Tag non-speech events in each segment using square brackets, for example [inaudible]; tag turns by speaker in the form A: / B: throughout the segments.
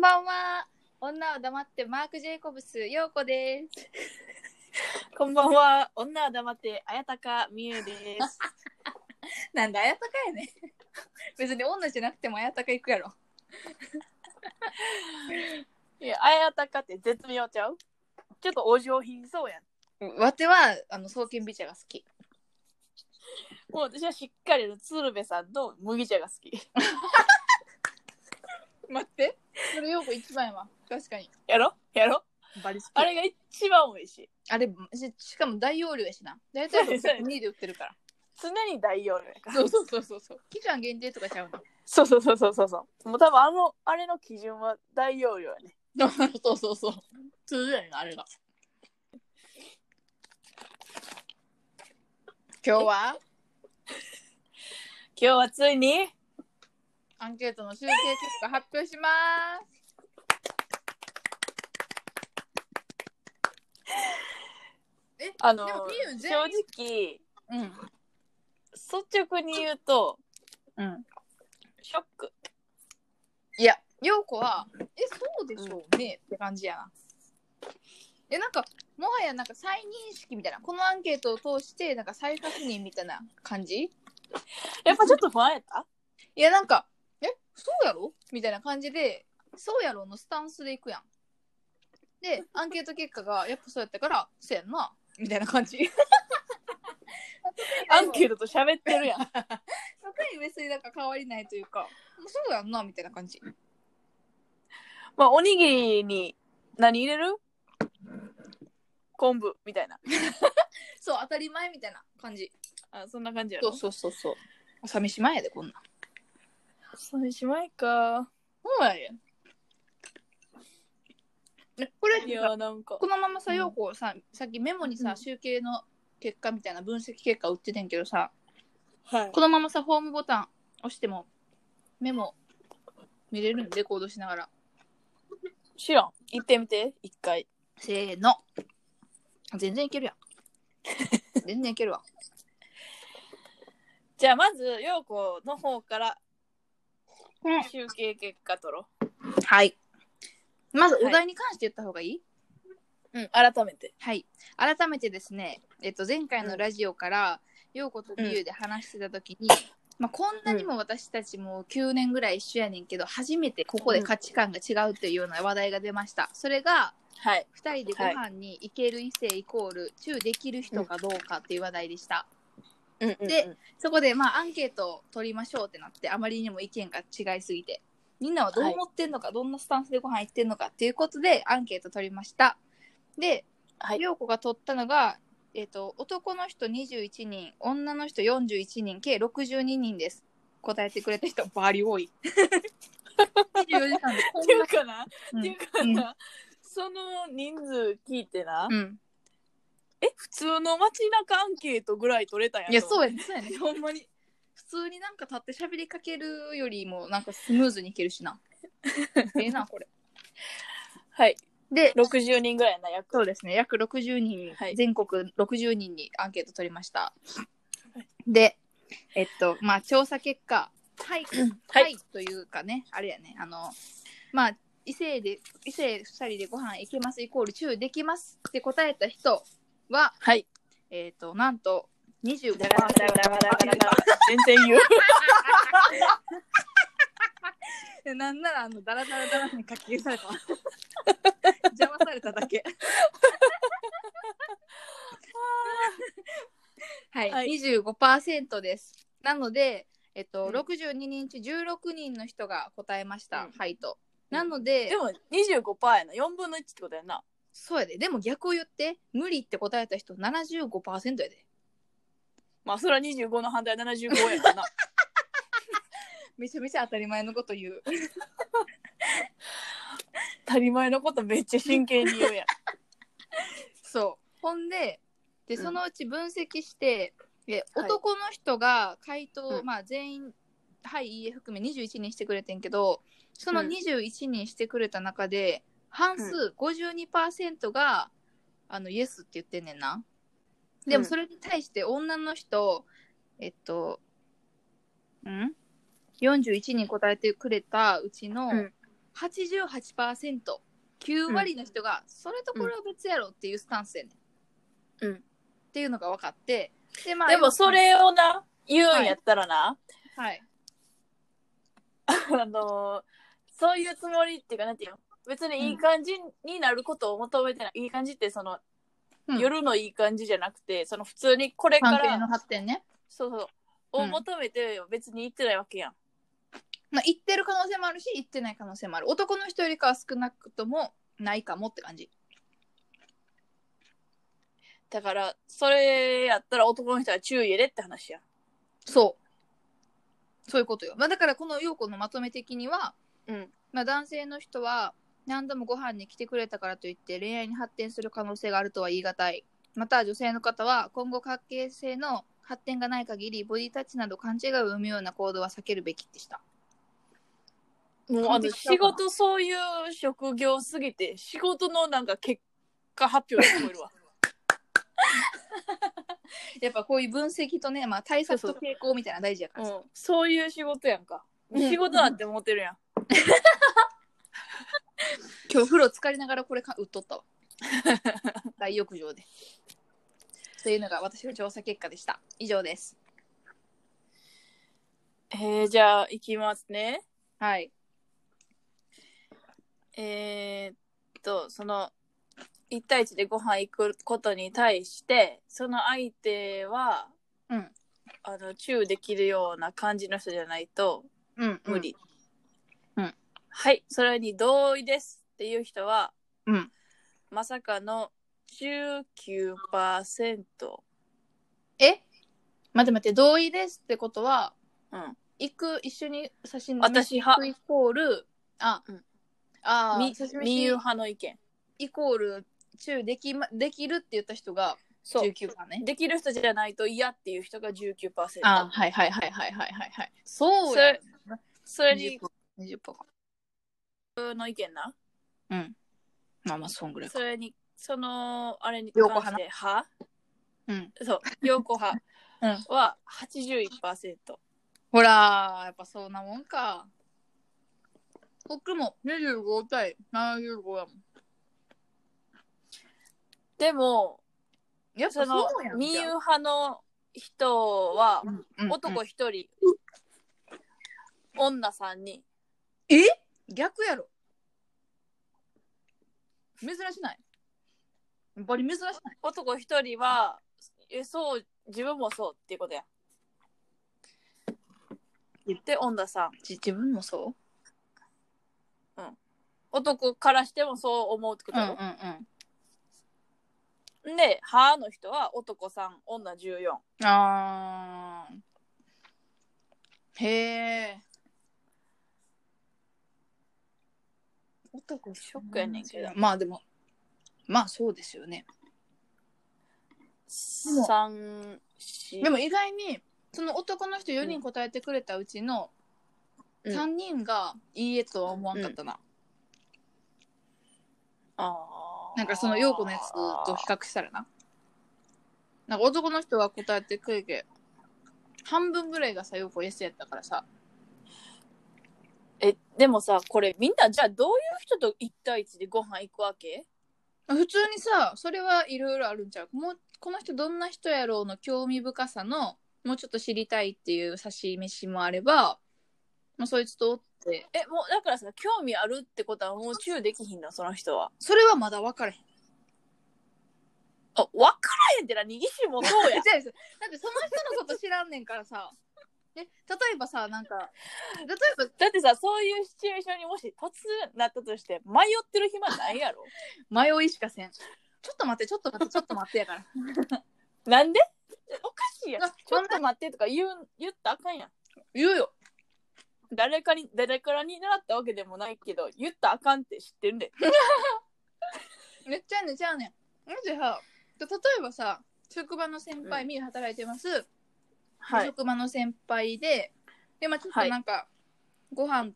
A: ばんは。女を黙ってマーク・ジェイコブス、ようこです。
B: こんばんは。女は黙って、あやたかみゆです。
A: なんで、あやたかやね。 [laughs] 別に女じゃなくてもあやたか行くやろ。
B: [laughs] いや、あやたかって絶妙ちゃうちょっとお上品そうやん。
A: わては、あの、双剣美茶が好き。
B: もう私はしっかりの鶴瓶さんの麦茶が好き。
A: 待って。それようこ一番やわ。確かに。
B: やろやろ
A: バリ好き。
B: あれが一番美味しい。
A: あれ、ししかも大容量やしな。大体2で売ってるから。
B: 常に大容量やから。
A: そうそうそうそうそう。期間限定とかちゃうの。
B: そうそうそうそうそうそう。もう多分あの、あれの基準は大容量やね。
A: そうそうそう。通じないな、あれが。今日は
B: 今日はついに、
A: アンケートの集計結果発表します。え、
B: あの
A: でも、みゆ
B: 正
A: 全員
B: 直、
A: うん。
B: 率直に言うと、
A: うん。
B: ショック。
A: いや、ようこは、え、そうでしょうね、って感じやな。え、なんか、もはやなんか再認識みたいな、このアンケートを通して、なんか再確認みたいな感じ
B: やっぱちょっと不安や [laughs] った
A: いやなんか「えそうやろ?」みたいな感じで「そうやろ?」のスタンスでいくやん。 [laughs] でアンケート結果がやっぱそうやったから「そうやんな」みたいな感 [laughs] じ。
B: アンケートと喋って [laughs] るやん。
A: 特に別になんか変わりないというか「もうそうやんな」みたいな感じ。
B: まあ、おにぎりに何入れる昆布みたいな。
A: そう当たり前みたいな感じ。
B: あそんな感じや
A: そ
B: ろ。
A: うそうそうそう。寂しまやでこんなん。
B: そうしまいか。
A: そうやで。これ
B: いや、なんか。
A: このままさ
B: うん
A: 陽子ささっきメモに
B: う
A: さ
B: ん
A: 集計の結果みたいな分析結果売っててんけどさ、
B: はい
A: このままさ、ホームボタン押しても、メモ見れるんで、レコードしながら。
B: 知らん。行ってみて、一回。
A: せーの。全然いけ
B: [laughs]
A: るやん。全然いけるわ。
B: じゃあ、まず、ようこの方から
A: うん
B: 集計結果取ろ
A: はい。まず、
B: はい
A: お題に関して言った方がいい、
B: う。うん、改めて。
A: はい、改めてですね、えっと、前回のラジオから、ようことみゆうで話してたときに、まあ、こんなにも私たちも9年ぐらい一緒やねんけど、初めてここで価値観が違うというような話題が出ました。それが、
B: はい。
A: 2人でご飯に行ける異性イコールチューできる人かどうかっていう話題でした、
B: うんうんうん
A: で、そこでまあアンケートを取りましょうってなってあまりにも意見が違いすぎてみんなはどう思ってんのか、どんなスタンスでご飯行ってんのかっていうことでアンケート取りましたで
B: はい
A: 涼子が取ったのが、えっと男の人21人女の人41人計62人です答えてくれた人バリ [laughs] 多い24時間でこ
B: っ
A: ん
B: てい
A: な
B: うかな、っていうか
A: うん
B: な、その人数聞いてな、
A: うん、
B: え、普通の街中アンケートぐらい取れたやん。
A: いやそう
B: う。
A: やねそうやねほんまに普通になんか立って喋りかけるよりもなんかスムーズにいける
B: [laughs]
A: しなええなこれ
B: はい。
A: で
B: 60人ぐらいやな、約。
A: そうですね約60人、
B: はい
A: 全国60人にアンケート取りました、
B: はい
A: でえっとまあ調査結果はい、
B: [coughs] は
A: はいい、というかねあれやねあのまあ異性で異性2人でご飯行けますイコールチューできますって答えた人は
B: はい。
A: えっ、となんと25%
B: だらだらだらだらだらだら全然言う。
A: でなんならあのダラダラダラに書き消されたわ [laughs] 邪魔されただ [laughs] けはい、
B: はい
A: 25%ですなのでえっと、
B: うん
A: 62人中16人の人が答えました、
B: うん
A: はいと
B: うん
A: なので、
B: でも25%やな4分の1ってことやな
A: そうやででも逆を言って無理って答えた人75%やで
B: まあそれは25の反対は75やからな
A: めちゃめちゃ当たり前のこと言う
B: 当たり前のことめっちゃ真剣に言うやん
A: そうほんでで
B: うん
A: そのうち分析して、で
B: はい
A: 男の人が回答、
B: うん
A: まあ、全員「はい」「いいえ」含め21人してくれてんけどその
B: うん
A: 21人してくれた中で半数52%が「あのイエス」って言ってんねんな。でもそれに対して女の人えっとん41人答えてくれたうちの
B: うん
A: 88%9 割の人が、それとこれは別やろっていうスタンスやねん、
B: う
A: っ
B: ん
A: ていうのが分かってで,、まあ、
B: でもそれをな、言うんやったらな、
A: はい、
B: あのーそういうつもりっていうか、なんていうの別にいい感じになることを求めてない。いい感じって、その、
A: うん
B: 夜のいい感じじゃなくて、その普通にこれか
A: 関係の
B: ら、
A: 発展ね、
B: そうそう、
A: うん
B: を求めて別に行ってないわけやん。
A: まあ、行ってる可能性もあるし行ってない可能性もある男の人よりかは少なくともないかもって感じ
B: だから、それやったら男の人は注意やでって話や。
A: そうそういうことよ、まあ、だからこの陽子のまとめ的には、
B: うん。
A: まあ、男性の人は何度もご飯に来てくれたからといって恋愛に発展する可能性があるとは言い難いまた女性の方は今後関係性の発展がない限りボディタッチなど勘違いを生むような行動は避けるべきでした
B: もうあ
A: 完
B: の、
A: 璧
B: 仕事そういう職業すぎて、仕事のなんか結果発表に聞こえるわ。
A: やっぱこういう分析とね、まあ、対策と
B: そうそ
A: 傾向みたいなの大事やからさ
B: [laughs] うん、そういう仕事やんか。
A: うん
B: 仕事なんて思ってるやん。
A: 今日風呂浸かりながらこれか売っとった
B: [laughs]
A: わ大浴場でというのが私の調査結果でした以上です
B: えー、じゃあ、行きますね。
A: はい
B: えーっと、その、1対1でご飯行くことに対して、その相手は、
A: うん
B: あの、チューできるような感じの人じゃないと
A: うん
B: 無理。
A: うん
B: はい、それに同意ですっていう人は、
A: うん
B: まさかの19%。
A: え待って待って同意ですってことは
B: うん。
A: 行く一緒に写真
B: 私
A: 行
B: 派
A: く、イコールあ、
B: うん
A: あ
B: み
A: ー刺、身
B: みゆ派の意見。
A: イコールチューでき,、ま、できるって言った人が
B: そう。
A: 19番ね
B: できる人じゃないと嫌っていう人が19%。
A: あはいはいはいはいはいはいはいそう
B: そ
A: や
B: れ、それに、
A: 20%か
B: の意見な。
A: うんまあまあそんぐらいか
B: それに、その、あれに
A: 陽子
B: 関して、は
A: うん
B: そう、陽子派
A: うん
B: は81%。
A: ほらーやっぱそんなもんか僕も25対75やもん
B: でも、
A: やっぱ
B: その
A: そうや、ん
B: 民有派の人は、男一人、女3人。
A: え逆やろ珍しないやっぱり珍しない
B: 男一人は、え、そう、自分もそうっていうことや。で、女3。
A: じ自分もそう
B: 男からしてもそう思うってことやろ、
A: う
B: で、派の人は男3、女14。
A: ん。あー。へえ。男シ
B: ョックやねんけど
A: まあでも、まあそうですよね。も
B: 3、4。
A: でも意外に、その男の人4人答えてくれたうちの
B: うん
A: 3人がいいえとは思わんかったな。
B: あー
A: なんかその陽子のやつと比較したらな。なんか男の人は答えてくれけ。半分ぐらいがさ、陽子 S やったからさ。
B: えでもさこれみんなじゃあどういう人と一対一でご飯行くわけ
A: 普通にさそれはいろいろあるんちゃうもうこの人どんな人やろうの興味深さのもうちょっと知りたいっていう差し飯もあれば、まあ、そいつとおって
B: えもうだからさ興味あるってことはもうチューできひんのその人は
A: それはまだ分からへん。
B: あ分からへんってなぎしもそう
A: [laughs] 違う違
B: や [laughs]
A: うだってその人のこと知らんねんからさえ例えばさなんか例えば
B: だってさそういうシチュエーションにもし突然なったとして迷ってる暇ないやろ
A: 迷いしかせんちょっと待ってちょっと待ってちょっと待ってやから
B: [laughs] なんでおかしいやん
A: あ
B: ちょっと待ってとか言う言ったらあかんやん
A: 言うよ
B: 誰かに誰からに習ったわけでもないけど言ったらあかんって知ってるんで
A: めっちゃやねんちゃうねんなんでさ例えばさ職場の先輩、
B: うん
A: みゆ働いてます、
B: はい
A: 職場の先輩で、で、まあちょっとなんか、ご飯、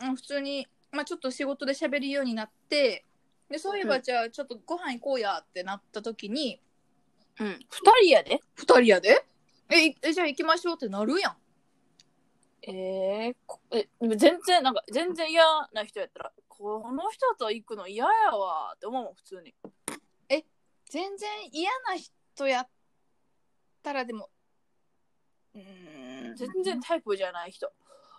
A: うん普通に、まあちょっと仕事で喋るようになって、で、そういえ
B: う
A: ば
B: ん
A: じゃあちょっとご飯行こうやってなった時に、
B: うん2人やで
A: 二人やでえ、いえじゃあ行きましょうってなるやん。
B: えー、こえでも全然なんか全然嫌な人やったらこの人と行くの嫌やわって思うもん普通に
A: 全然嫌な人やったらでもうーん
B: 全然タイプじゃない人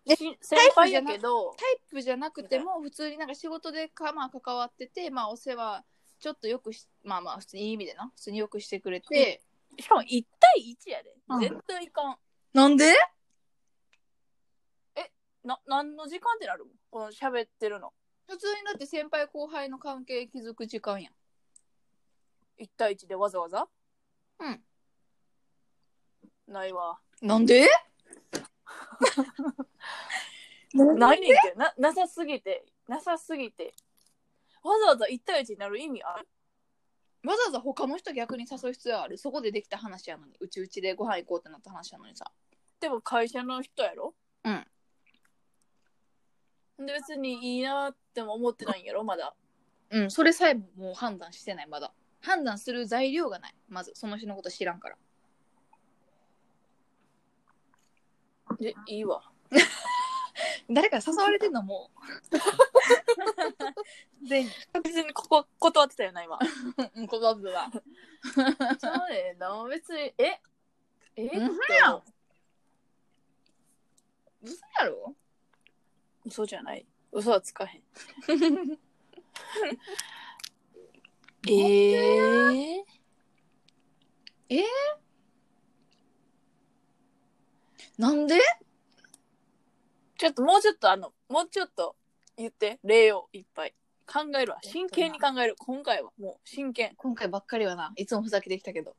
A: え
B: し先輩やけど
A: タイプじゃなくても普通になんか仕事でか、まあ、関わってて、まあ、お世話ちょっとよくしまあまあ普通にいい意味でな普通によくしてくれて、
B: しかも1対1やで
A: うん
B: 絶対いかん、
A: なんで
B: な何の時間ってなるもんこの喋ってるの
A: 普通にだって先輩後輩の関係築く時間やん
B: 1対1でわざわざ
A: うん
B: ないわ
A: なんで [laughs] なんで
B: ないねんけどななさすぎてなさすぎてわざわざ1対1になる意味ある
A: わざわざ他の人逆に誘う必要あるそこでできた話やのにうちうちでご飯行こうってなった話やのにさ
B: でも会社の人やろ
A: うん
B: で別にいいなっても思ってないんやろまだ
A: うんそれさえももう判断してないまだ判断する材料がないまずその人のこと知らんから
B: でいいわ
A: 誰か誘われてんのも [laughs] う全員
B: 確実にここ断ってたよな今
A: うんこばぶは
B: ちゃうねんな別にええって
A: う
B: 思
A: んやん嘘やろ
B: う嘘じゃない嘘はつかへんええ
A: なんで
B: ちょっともうちょっとあのもうちょっと言って例をいっぱい考えるわ真剣に考える今回はもう真剣
A: 今回ばっかりはないつもふざけてきたけど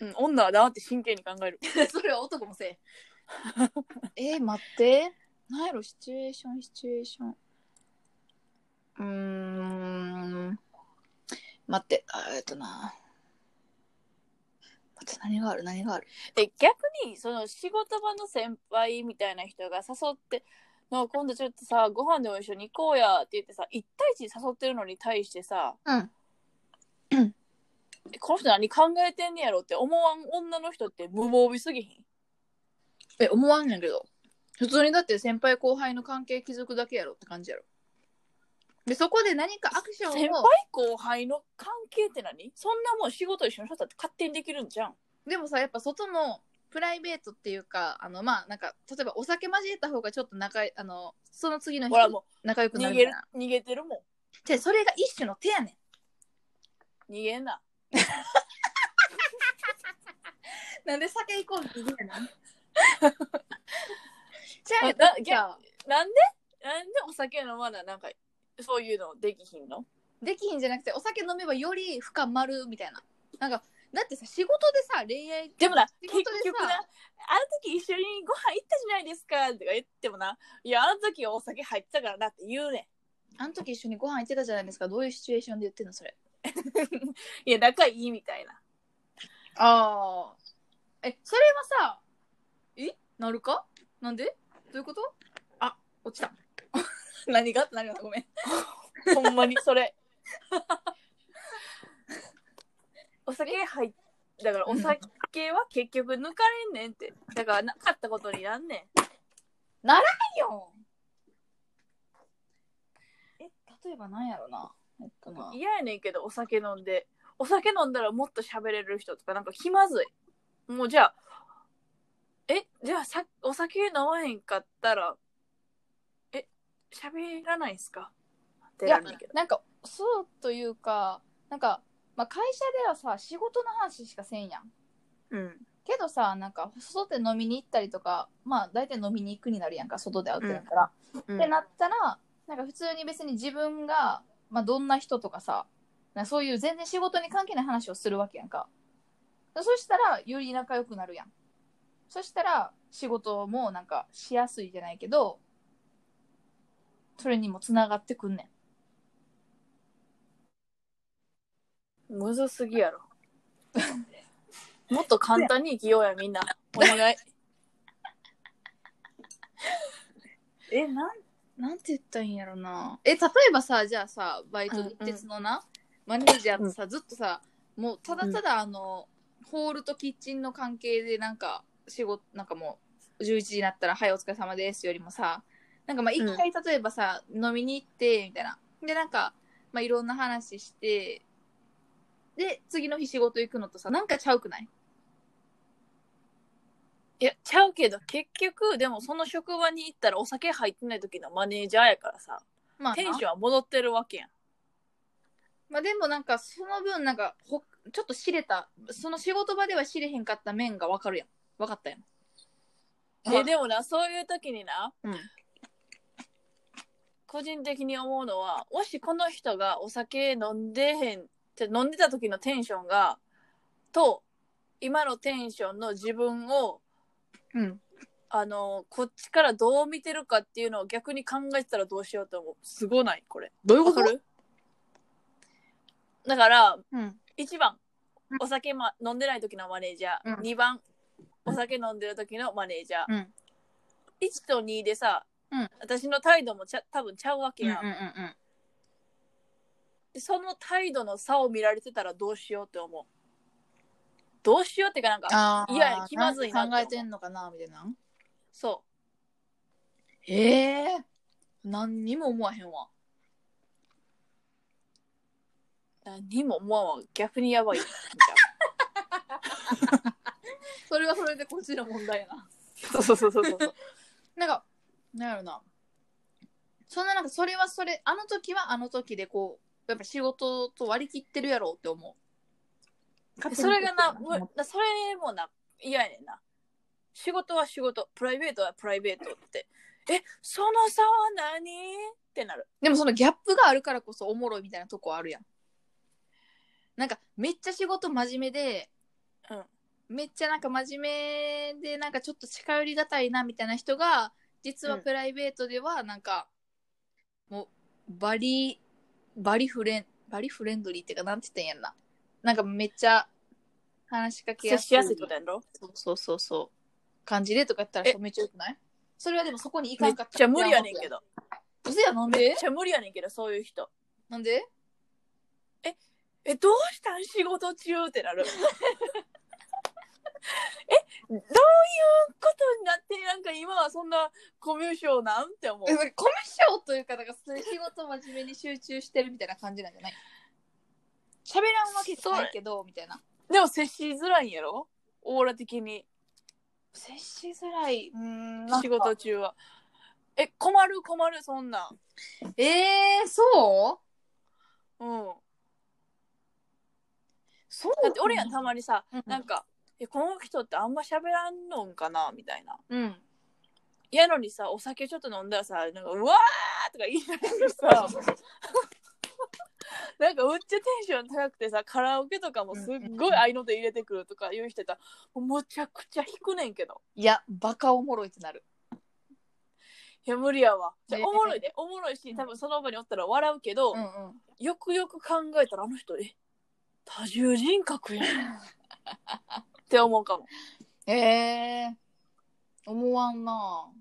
B: うん女は黙って真剣に考える
A: [laughs] それは男もせ [laughs] ええ待ってなんやろシチュエーションシチュエーションうーん待ってあえっとな待って何がある何がある
B: で逆にその仕事場の先輩みたいな人が誘って「なあ今度ちょっとさご飯でも一緒に行こうや」って言ってさ1対1で誘ってるのに対してさ
A: うん
B: えこの人何考えてんねやろって思わん女の人って無防備すぎひん
A: え思わんねんけど普通にだって先輩後輩の関係築くだけやろって感じやろでそこで何かアクションを
B: 先輩後輩の関係って何そんなもん仕事一緒にしたって勝手にできるんじゃん
A: でもさやっぱ外のプライベートっていうかあのまあなんか例えばお酒交えた方がちょっと仲いあのその次の日
B: ほらも
A: 仲良
B: う
A: くな
B: 逃
A: るみ
B: げ
A: [laughs] たいな
B: る逃げてるも
A: じゃあそれが一種の手やねん
B: ん逃げんな
A: なんで酒行こうって言うや [laughs] なじゃあ
B: あ
A: だ
B: だ
A: ってさ
B: なんでなんでお酒飲まななんかそういうのできひんの
A: できひんじゃなくてお酒飲めばより深まるみたいななんかだってさ仕事でさ恋愛
B: でもな、
A: 仕
B: 結
A: 事でさ
B: 局な、あの時一緒にご飯行ったじゃないですかとか言ってもな、いや、あの時お酒入ってたからなって言うね
A: あの時一緒にご飯行ってたじゃないですかどういうシチュエーションで言ってんのそれ
B: ん。いや、仲いいみたいな。
A: ああえそれはさえなるかなんでどういうことあ落ちた [laughs] 何がってなりましたごめん
B: ほんまにそれ。お酒入っだからお酒は結局抜かれんねんって。だからなかったことになんね。
A: よえ例えばなんやろなえっとなん
B: 嫌やねんけど、お酒飲んで。お酒飲んだらもっと喋れる人とか、なんか気まずい。もうじゃあ、え、じゃあさお酒飲まへんかったら、え、喋らないんすかって
A: い
B: な
A: や
B: るんだけど。
A: なんかそうというかなんか、まあ、会社ではさ仕事の話しかせんやん
B: うん。
A: けどさなんか外で飲みに行ったりとかまあ大体飲みに行くになるやんか外で会うってなったら、
B: うん
A: ってなったらなんか普通に別に自分が、まあ、どんな人とかさなんかそういう全然仕事に関係ない話をするわけやんかそしたらより仲良くなるやんそしたら仕事もなんかしやすいじゃないけどそれにもつながってくんねん
B: むずすぎやろ。もっと簡単に生きようや、みんな。お願い。
A: [laughs] えなんなんて言ったらいいんやろなえ例えばさじゃあさバイト
B: うんうん
A: 日鉄のな、マネージャーとさ、ずっとさもうただただあの、ホールとキッチンの関係でなんか仕事なんかもう11時になったら「はいお疲れ様です」よりもさなんかまあ一回例えばさ、飲みに行ってみたいなでなんか、まあ、いろんな話してで次の日仕事行くのとさなんかちゃうくない
B: いや、ちゃうけど、結局、でもその職場に行ったらお酒入ってない時のマネージャーやからさ、
A: まあな
B: テンションは戻ってるわけやん。
A: まあでもなんかその分なんかほちょっと知れたその仕事場では知れへんかった面がわかるやんわかったやん
B: え、でもな、そういう時にな、
A: うん
B: 個人的に思うのは、もしこの人がお酒飲んでへん、て飲んでた時のテンションが、と、今のテンションの自分を、
A: うん
B: あの、こっちからどう見てるかっていうのを逆に考えてたらどうしようと思う。すごないこれ。
A: どうい
B: わかるだから、
A: うん
B: 1番
A: うん
B: お酒、ま、飲んでない時のマネージャー、
A: うん
B: 2番お酒飲んでる時のマネージャー、
A: うん
B: 1と2でさ、
A: うん
B: 私の態度もちゃ多分ちゃうわけ
A: うんうんう
B: やん、
A: ん
B: でその態度の差を見られてたらどうしようって思うどうしようっていうかなんか
A: あ
B: ーいや気まずいなって
A: 考えてんのかなみたいな
B: そ
A: ええ何にも思わへんわ
B: う何も思わんわ逆にや
A: [laughs]
B: ばい
A: それはそれでこっちの問題やな
B: そうそうそうそうそう
A: なんかなんやろなそんななんかそれはそれあの時はあの時でこうやっぱ仕事と割り切ってるやろうって思う
B: それがなも
A: 思っ
B: うなそれもな嫌やねんな仕事は仕事プライベートはプライベートってえその差は何ってなる
A: でもそのギャップがあるからこそおもろいみたいなとこあるやん。なんかめっちゃ仕事真面目で、
B: うん
A: めっちゃなんか真面目でなんかちょっと近寄りがたいなみたいな人が実は
B: うん
A: プライベートではなんか、もうバリバリフレンバリフレンドリーっていうかなんて言ったんやんな。なんかめっちゃ話しかけ
B: 接しやすいってことやろ
A: そうそうそうそう感じでとか言ったら
B: え
A: さめっちゃよくないそれはでもそこに行
B: め
A: か
B: っ
A: んかった
B: ちゃ無理やねんけ
A: ど。
B: ど。
A: うやなん
B: め
A: で
B: っちゃ無理やねんけど、そういう人。
A: なんで
B: え、どうしたん仕事中ってなる。 [laughs] え、どういうことになって、なんか今はそんなコミュ障なんて思う
A: え。なんかコミュ障というか、なんかそういう仕事真面目に集中してるみたいな感じなんじゃない喋らんわけじゃないけど、みたいな。
B: でも接しづらいんやろオーラ的に、
A: 接しづらい。うーん
B: 仕事中は。え、困る困る、そんなん。
A: えー、そう
B: うん。
A: そう
B: だって俺やん、たまにさ、
A: うん
B: なんか、え、この人ってあんま喋らんのんかなみたいな。
A: うん。
B: やのにさ、お酒ちょっと飲んだらさ、なんか、うわーとか言いながらさ、 [laughs] なんか、うっちゃテンション高くてさ、カラオケとかもすっごい合いの手入れてくるとか言う人いたら、もうむちゃくちゃ弾くねんけど。
A: いや、バカおもろいってなる。
B: いや、無理やわ。じゃ
A: え
B: おもろいで、おもろいし、多分その場におったら笑うけど、
A: うんうん。
B: よくよく考えたら、あの人、え、多重人格やん。
A: [laughs]
B: って思うかも。
A: えー、思わんな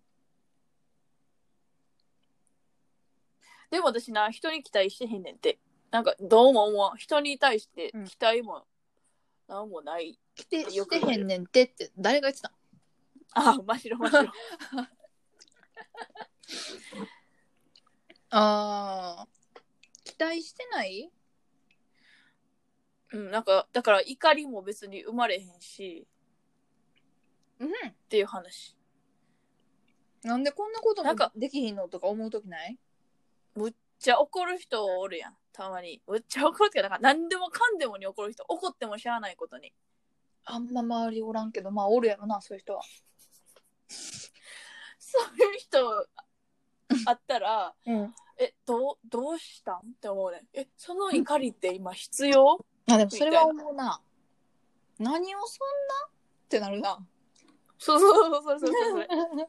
B: でも私な、人に期待してへんねんて。なんか、どうも思わん。人に対して
A: うん
B: 期待も、なんもない。
A: 来て、
B: よ
A: し
B: く
A: てへんねんてって、誰が言ってた
B: あ、真っ白真っ [laughs] 白。
A: あー、期待してない
B: うん、なんか、だから怒りも別に生まれへんし、
A: うん。
B: っていう話。
A: なんでこんなこと
B: な
A: も
B: んか
A: できひんのとか思うときない
B: じゃあ怒る人おるやん、たまに。むっちゃ怒るっていうか、なんか何でもかんでもに怒る人、怒ってもしゃあないことに。
A: あんま周りおらんけど、まあおるやろな、そういう人は。
B: そういう人あったら、
A: うん。
B: え、どう、どうしたんって思うねん。え、その怒りって今必要
A: あ、でもそれは思うな。何をそんなってなるな。
B: [laughs] そうそうそうそうそうそうそう。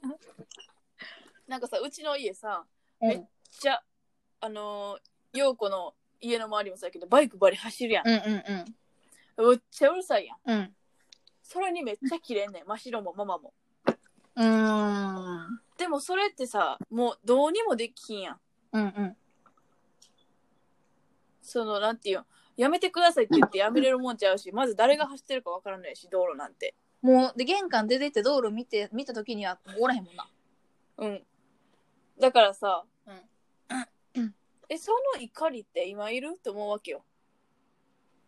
B: [laughs] なんかさ、うちの家さ、
A: うん。
B: えじゃあ、あのー、陽子の家の周りもそうやけど、バイクバリ走るやん。
A: うんうん
B: むっちゃうるさいやん。
A: うん。
B: それにめっちゃ切れんねん。真っ白もママも。
A: うん。う
B: でもそれってさもうどうにもできひんやん
A: ーん。うんうん。
B: そのなんていうんやめてくださいって言ってやめれるもんちゃうしまず誰が走ってるかわからないし道路なんて
A: うもうで玄関出てって道路見て見た時にはおらへんもんな
B: うん。だからさ、
A: うん
B: え、その怒りって今いるって思うわけよ。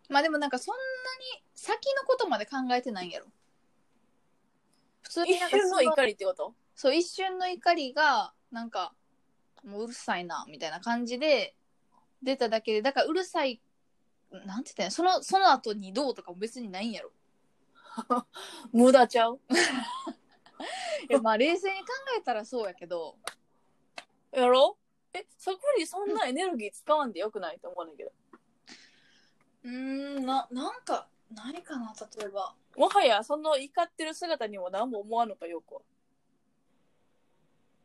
A: まあでもなんかそんなに先のことまで考えてないんやろ普通
B: 一
A: になんか
B: 瞬
A: そ
B: の
A: の
B: 怒りってこと
A: そう一瞬の怒りがなんかもううるさいなみたいな感じで出ただけでだからうるさいなんて言ったんやそのその後にどうとかも別にないんやろ
B: 無駄ちゃう
A: いやまあ冷静に考えたらそうやけど
B: やろえ、そこにそんなエネルギー使わんでよくないと思うんだけど。
A: うーんななんかないかな例えば
B: もはやその怒ってる姿にも何も思わんのかよくは。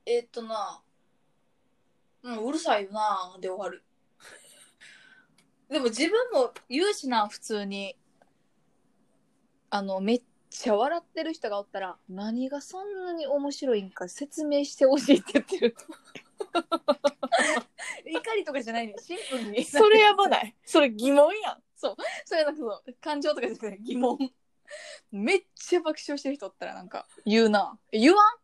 A: えっとなうんうるさいよなで終わる [laughs] でも自分も言うしな普通にあのめっちゃ笑ってる人がおったら何がそんなに面白いんか説明してほしいって言って [laughs] る怒りとかじゃないねシンプル [laughs] に
B: それやばない。 [laughs] それ疑問やん。
A: それなんかその感情とかじゃなくて疑問めっちゃ爆笑してる人おったらなんか言うな言わん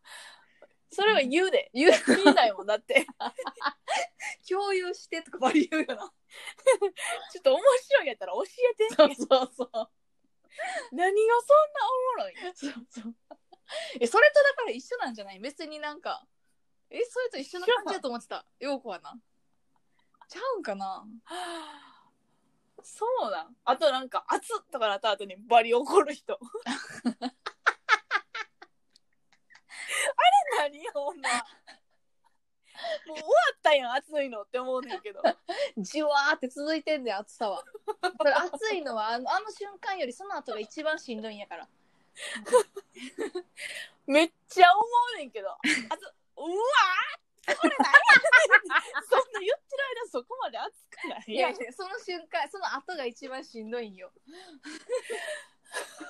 B: それは言うで。
A: 言う
B: 聞いないもんだって。
A: 共有してとかバリ言うよな
B: [laughs] ちょっと面白いやったら教えて。
A: そうそうそう
B: 何がそんなおもろい
A: そうそう。え、それとだから一緒なんじゃない別になんか、え、それと一緒の感じだと思ってた。陽子はな。ちゃうんかな
B: そうなん。あとなんか、熱っとかなった後にバリ怒る [laughs] 人。あれ何よ、ほんま。もう終わったやん、熱いのって思うねんけど。
A: じわーって続いてんだよ、暑さは。それ暑いのはあの、あの瞬間よりその後が一番しんどいんやから。
B: めっちゃ思うねんけど。あと、うわーこれ何やそんな言ってる間そこまで熱くない
A: いやいや、その瞬間、その後が一番しんどいんよ。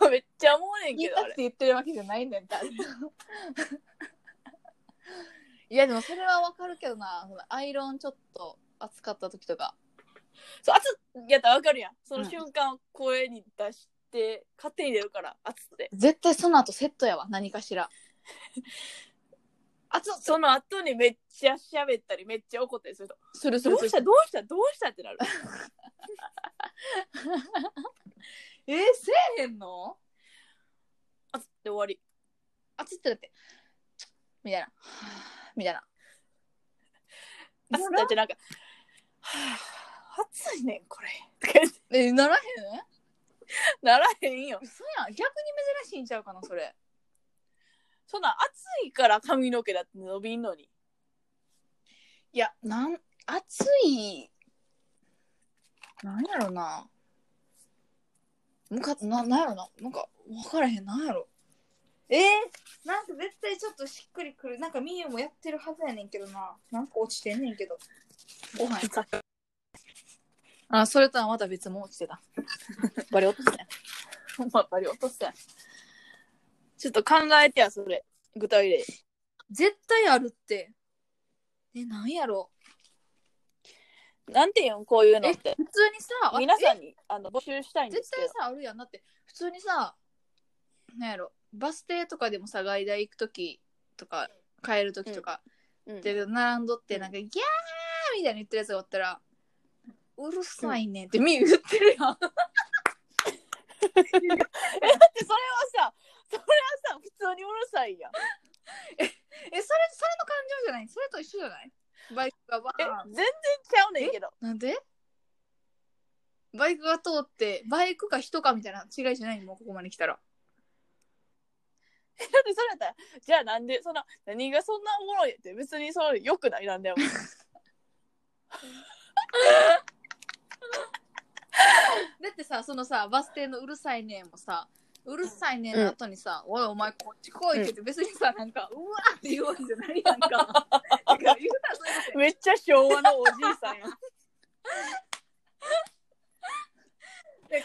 B: めっちゃ思うねん
A: 言
B: け
A: い
B: ど、
A: た
B: あ
A: く
B: れ
A: て。言ってるわけじゃないんだよ、多分 [laughs] いや、でもそれはわかるけどな。そのアイロンちょっと暑かった時とか。
B: そう、熱っやったらわかるやん。その瞬間、声に出して、勝手に出るから、熱って。
A: 絶対その後セットやわ、何かしら。
B: あとその後にめっちゃ喋ったりめっちゃ怒ったりすると
A: するす
B: ど
A: る
B: う
A: する
B: したどうしたどうしたってなる
A: えー、せえへんの
B: あつって終わり
A: あつってだってみたいなは [sighs] ぁみたいな
B: あつってなんか「はあ暑いねんこれ」 [laughs] とか言って
A: えならへん
B: ならへんよ
A: 嘘やん逆に珍しいんちゃうかなそれ
B: そんなん暑いから髪の毛だって伸びんのに
A: いやなん暑いなんやろなむかななんやろななんか分からへんなんやろえー、なんか絶対ちょっとしっくりくるなんかみゆもやってるはずやねんけどななんか落ちてんねんけどご飯あそれとはまた別も落ちてたバリ落とした
B: ほ [laughs] んまバリ落としたやんちょっと考えてやそれ具体例
A: 絶対あるって。え、なんやろ
B: なんていうんこういうのって
A: 普通にさ、
B: 皆さ
A: え
B: んにあの募集したいんで
A: 絶
B: すけ
A: 対
B: ど
A: さ、あるやん。だって、普通にさ、なんやろ、バス停とかでもさ、外大行くときとか、帰るときとか、
B: うん
A: で、並んどって、
B: うん
A: なんか、ギャーみたいな言ってるやつがおったら、うるさいねんって、みゆ言って [laughs] るやん。
B: えだってそれはさそれはさ普通にうるさいやん
A: え、それ、それの感情じゃないそれと一緒じゃないバイクがバ
B: え
A: ーン
B: 全然ちゃうねんけど
A: なんでバイクが通って、バイクか人かみたいな違いじゃないもうここまで来たら。
B: だってそれやったら、じゃあなんで、そんな、何がそんなおもろいって、別にそれ良くないなんだよ。
A: だってさそのさバス停のうるさいねんもさうるさいねんの後にさ、おいお前こっち来いって言って別にさなんかうわーって言うわけじゃないやんか [laughs] だから言うたらそれ
B: めっちゃ昭和のおじいさん
A: [laughs]
B: や
A: な
B: ん。
A: んかえそういう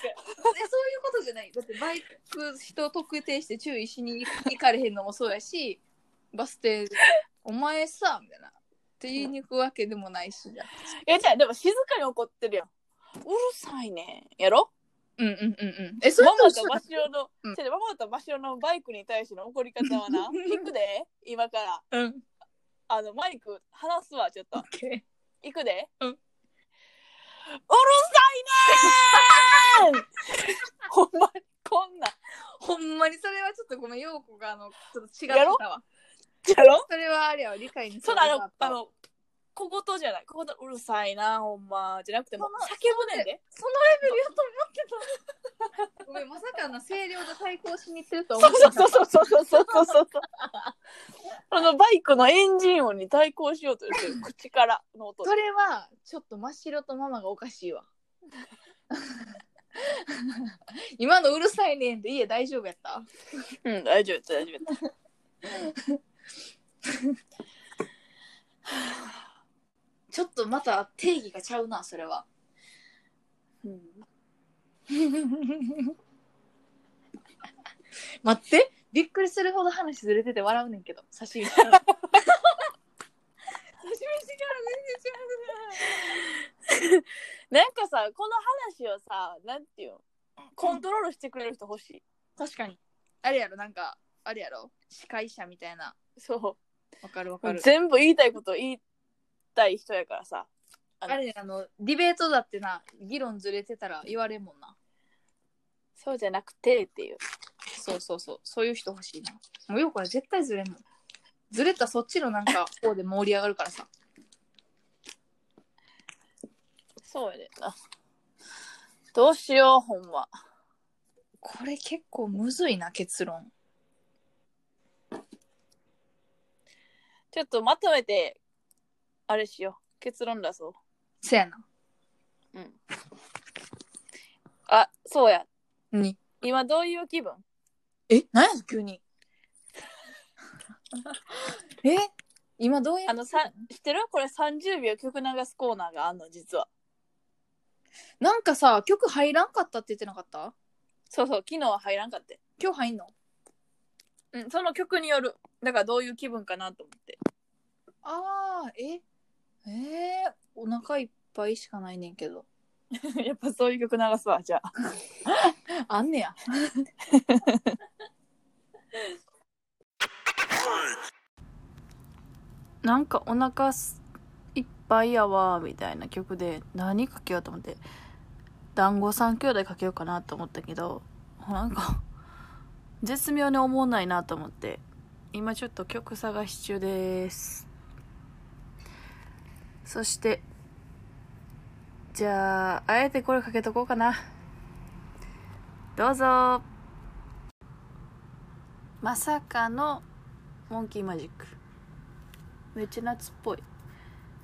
A: ことじゃないだってバイク人を特定して注意しに行かれへんのもそうやしバス停で「お前さ」みたいなって言いに行くわけでもないし
B: いや、じゃあ、でも静かに怒ってるやん。うるさいねん。やろ
A: うんうんうんうん。え、それ
B: マ
A: と
B: マ
A: 一
B: と
A: 緒
B: マシロの、
A: うん
B: 違うママとマシロのバイクに対しての怒り方はな、行くで、今か
A: う
B: ら、
A: ん。オッ
B: あの、マイク離すわ、ちょっと。
A: ケ
B: 行くで。
A: うん
B: うるさいねー
A: [laughs]
B: ほんまに、こんなん。
A: ー。ほんまにそれはちょっとごめん、ようこがあの、ちょっと違
B: や
A: っ
B: ろ
A: てたわ。
B: やろ
A: それはあれは理解に
B: そのあの
A: あ、
B: あの、小言じゃない。小言、うるさいな、ほんま。じゃなくて、もう
A: その
B: 叫ぶねんで。
A: そのレベルやと思ってた。ごめん、まさかの声量と対抗しに行ってると
B: そ
A: 思って
B: うそう
A: た。
B: そうそうそうそうそうそうそう。あの、バイクのエンジン音に対抗しようとしてる。口からの音で
A: そ。れは、ちょっと真っ白とママがおかしいわ。 [laughs] 今のうるさいねんで家大丈夫やった
B: うん、大丈夫、大丈夫。
A: ちょっとまた定義がちゃうな、それは。
B: うん、
A: [laughs] 待って、びっくりするほど話ずれてて笑うねんけど、刺身。刺身 [laughs] から全然
B: なんかさ、この話をさ、なんていうのコントロールしてくれる人欲しい。
A: 確かに。あれやろ、なんか、あれやろ、司会者みたいな。
B: そ
A: わかるわか
B: う。
A: る。
B: 全部言いたいこと言いたい人やからさ。
A: あれ、あの、ディベートだってな、議論ずれてたら言われんもんな。
B: そうじゃなくてっていう。
A: そうそうそう、そういう人欲しいな。もうよくは絶対ずれんもん。ずれたそっちのなん [laughs] か方で盛り上がるからさ。
B: そうやでな。どうしよう、ほんま。
A: これ結構むずいな、結論。
B: ちょっとまとめて、あれしよう。結論出そう。
A: せやな。
B: あ、そうや。
A: に。
B: 今どういう気分
A: え、なんや急に。 [laughs] え今どうや
B: あのさ、知ってるこれ30秒曲流すコーナーがあんの、実は。
A: なんかさ、曲入らんかったって言ってなかった
B: そうそう、昨日は入らんかって。
A: 今日入んの
B: うん、その曲による。だからどういう気分かなと思って。 [laughs]
A: ああ、ええー、お腹いっぱいしかないねんけど。
B: やっぱそういう曲流すわ、じゃあ。
A: あんねや。
B: なんかお腹すいっぱいやわ、みたいな曲で何かけようと思って、団子三兄弟かけようかなと思ったけど、なんか、 [laughs] 絶妙に思わないなと思って、今ちょっと曲探し中です。そして、じゃあ、あえてこれかけとこうかな。どうぞ。まさかの、モンキーマジック。めっちゃ夏っぽい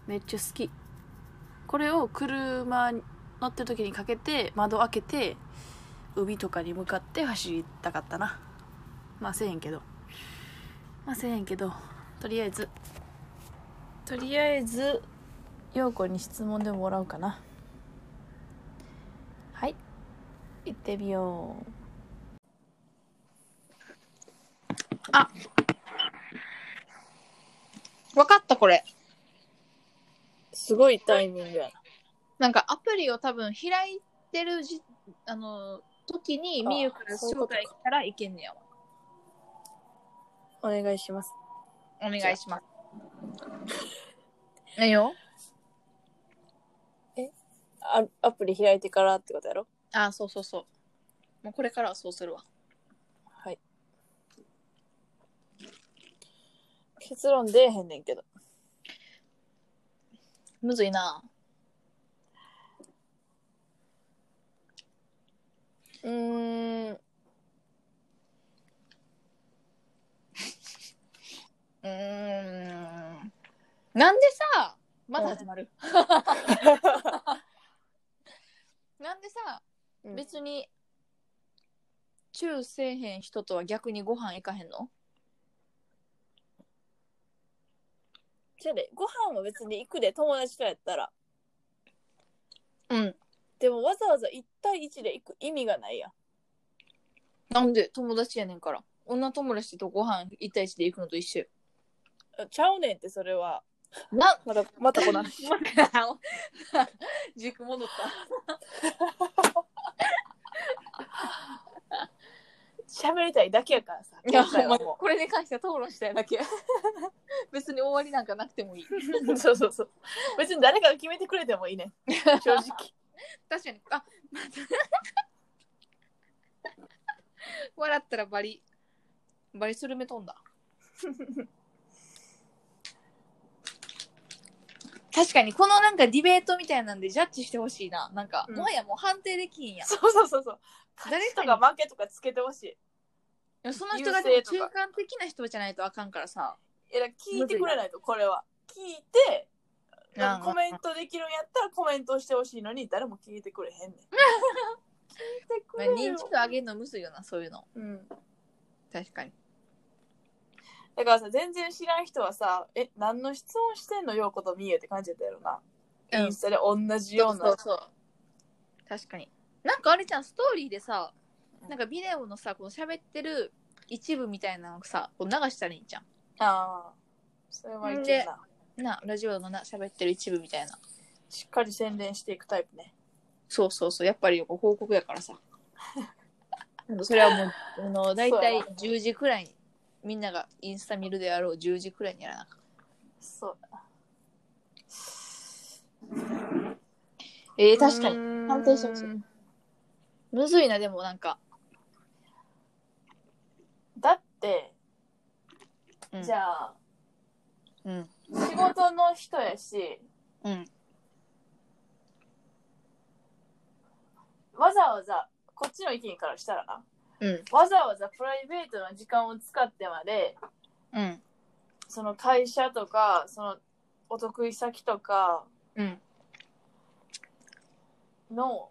B: めっちゃ好きこれを車に乗ってる時にかけて窓開けて海とかに向かって走りたかったなまあせえへんけどまあせえへんけどとりあえずとりあえず陽子に質問でももらおうかなはい行ってみよう
A: わかった、これ。
B: すごいタイミングや
A: な
B: な
A: んかアプリを多分開いてるじ、あの、時に
B: あー
A: みゆから
B: そういうこ
A: 招待来
B: とか
A: たらいけんねやわ。
B: お願いします
A: お願いします。ええよ。
B: あアプリ開いてからってことやろ
A: あー、そうそうそう。もうこれからはそうするわ。
B: はい。結論出えへんねんけど。
A: むずいな。
B: うーん。
A: うーん。なんでさ、まだ始まる。なんでさ、
B: 別に
A: 別に、チューせえへん人とは逆にご飯行かへんの
B: じゃあね、ご飯は別に行くで、友達とやったら。
A: うん。
B: でもわざわざ1対1で行く意味がないやん。
A: なんで友達やねんから。女友達とご飯一対一で行くのと一緒
B: [laughs]
A: よ。
B: あちゃうねんって、それは。
A: な、
B: また、またこ [laughs] の話。
A: 軸戻った。
B: 喋りたいだけやからさ。
A: いや
B: 今回はも。
A: これに関しては討論したいだけ [laughs] 別に終わりなんかなくてもいいう
B: [laughs] そうそうそう。別に誰かが決めてくれてもいいね。正直。
A: 確かにあ [laughs] また笑ったらバリバリスルメ飛んだ確かにこのなんかディベートみたいなんでジャッジしてほしいななんか、
B: うん
A: もはやもう判定できんやんい
B: [laughs] そうそうそうそう。勝
A: 誰
B: ち
A: か
B: と
A: に
B: か負けとかつけてほしい。
A: やその人がでも中間的な人じゃないとあかんからさ
B: え、だから聞いてくれないと、これは。聞いて、
A: あー
B: コメントできるんやったらコメントしてほしいのに、誰も聞いてくれ [laughs] へんねん。聞いてく
A: まあ
B: れよ
A: 認知度上げるのむずいよなそういうの
B: うん。
A: 確かに
B: だからさ、全然知らん人はさ、え、何の質問してんのようことみえって感じだったやろな。
A: うん
B: インスタで同じよ
A: そうう
B: な。
A: そうそう確かになんかあれじゃんストーリーでさ
B: うん
A: なんかビデオのさこの喋ってる一部みたいなのをさこう流したらいいんじゃ
B: ああ。それはいけんな。
A: んなラジオのな喋ってる一部みたいな
B: しっかり宣伝していくタイプね。
A: そうそうそうやっぱりご報告や [laughs] からさあのそれはもうあの大体10時くらいにみんながインスタ見るであろう10時くらいにやらなあかん
B: そうだな。
A: えー、確かに
B: に
A: 反対してほしいむずいなでもなんか、
B: だって、
A: うん、
B: じゃあ、
A: うん
B: 仕事の人やし、
A: うん
B: わざわざ、こっちの意見からしたらな、
A: うん
B: わざわざプライベートな時間を使ってまで、
A: うん
B: その会社とか、そのお得意先とか
A: うん
B: の、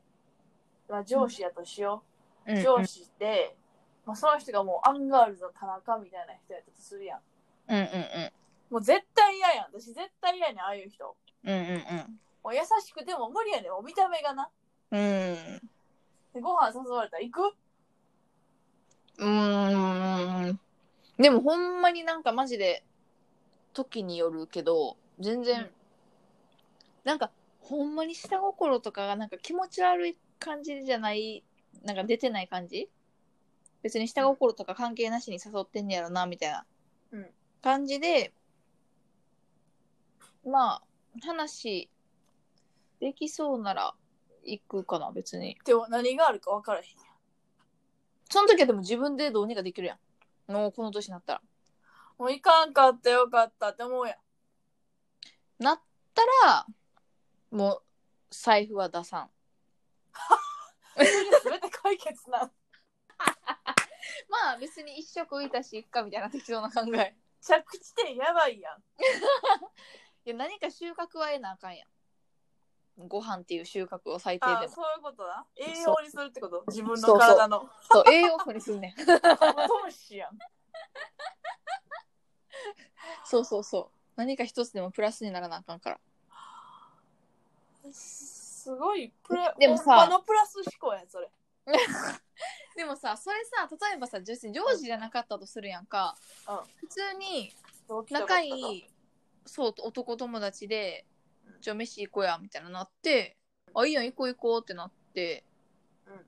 B: まあ、上司やとしよ
A: う
B: う。
A: ん
B: 上司で、まあ、その人がもうアンガールズの田中みたいな人やったとするやん。
A: うんうんうん
B: もう絶対嫌やん。私絶対嫌やねん、ああいう人。
A: うんうん
B: もう優しくても無理やねん、もう見た目がな。
A: うんうん
B: でご飯誘われたら行く
A: うーんでもほんまになんかマジで時によるけど全然、
B: うん
A: なんかほんまに下心とかがなんか気持ち悪い感じじゃないなんか出てない感じ別に下心とか関係なしに誘ってんねやろなみたいな
B: うん
A: 感じで、まあ話できそうなら行くかな別に
B: でも何があるか分からへん。
A: その時はでも自分でどうにかできるやんもうこの年になったら。
B: もう行かんかったよかったって思うやん。
A: なったら、もう、財布は出さん。
B: それで解決なん。
A: まあ、別に一食浮いたし、いっか、みたいな適当な考え。
B: 着地点やばいやん。
A: [laughs] いや、何か収穫は得なあかんやん。ご飯っていう収穫を最低
B: あ
A: で
B: あ、
A: も。
B: そういうことな。
A: う
B: 栄養にするってこと自分
A: そ
B: の
A: うそう
B: 体の。
A: そう、栄養素にすん [laughs] ねん。
B: カブトムシやん。
A: そうそうそう。何か一つでもプラスにならなあかんから。
B: すごい、プラ、
A: でもさ
B: ほんまのプラス思考やん、それ。
A: でもさ、それさ、例えばさ、別に上司じゃなかったとするやんか。
B: う
A: 普
B: ん
A: 通に、
B: 同期とか
A: 仲いい、そう、男友達で、じゃあ飯行こうや、みたいななって、あ、いいやん、行こう行こうってなって、
B: うん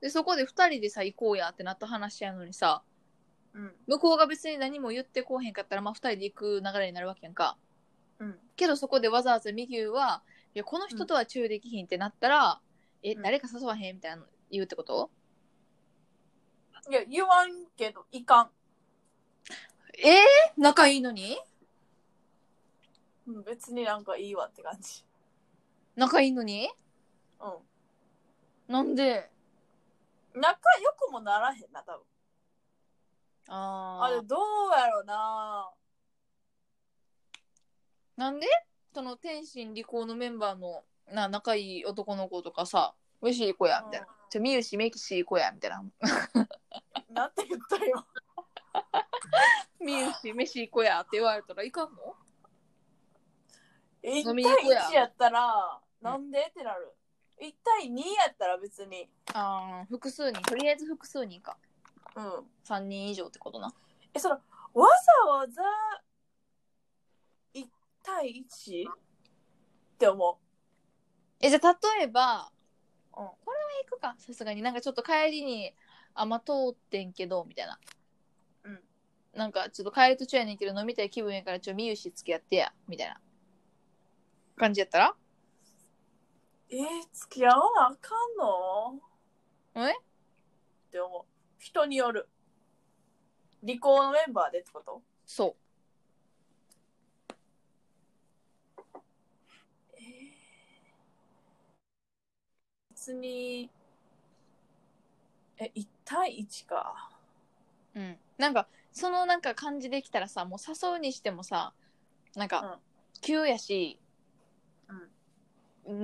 A: で、そこで二人でさ、行こうやってなった話やのにさ、
B: うん。
A: 向こうが別に何も言ってこうへんかったら、まあ二人で行く流れになるわけやんか。
B: うん。
A: けどそこでわざわざ右は、いや、この人とは注意できひんってなったら、え、
B: うん
A: 誰か誘わへんみたいなの言うってこと
B: いや、言わんけど、いかん。
A: えー、仲いいのに
B: うん別になんかいいわって感じ。
A: 仲いいのに
B: う
A: なんで
B: ん。仲良くもならへんな、多分。
A: あ
B: あれ、
A: あ。
B: どうやろうな。
A: なんでその天心理工のメンバーのな仲いい男の子とかさ、飯行こうや、みたいな。じゃあ、みゆし、メキシ行こうや、みたいな。
B: うんなんて言ったよ。
A: みゆし、飯行こうやって言われたらいかんの
B: 1
A: 飲みに行
B: 対
A: くやん
B: 1やったら、なんでってなる。1対2やったら別に。
A: ああ、複数人。とりあえず複数人か。
B: うん。
A: 3人以上ってことな。
B: え、その、わざわざ、1対 1? って思
A: え、じゃあ、例えば、
B: うん
A: これは行くか。さすがになんかちょっと帰りに、あんま通ってんけど、みたいな。
B: うん。
A: なんか、ちょっと帰り途中やねんけど、飲みたい気分やから、ちょ、みゆし付き合ってや、みたいな。感じやったら
B: えー、付き合わなあかんの
A: え
B: でも、人による。離婚のメンバーでってこと
A: そ
B: えー別に、え、1対1か。
A: う。うん。なんか、そのなんか感じできたらさ、もう誘うにしてもさ、なんか、急やし、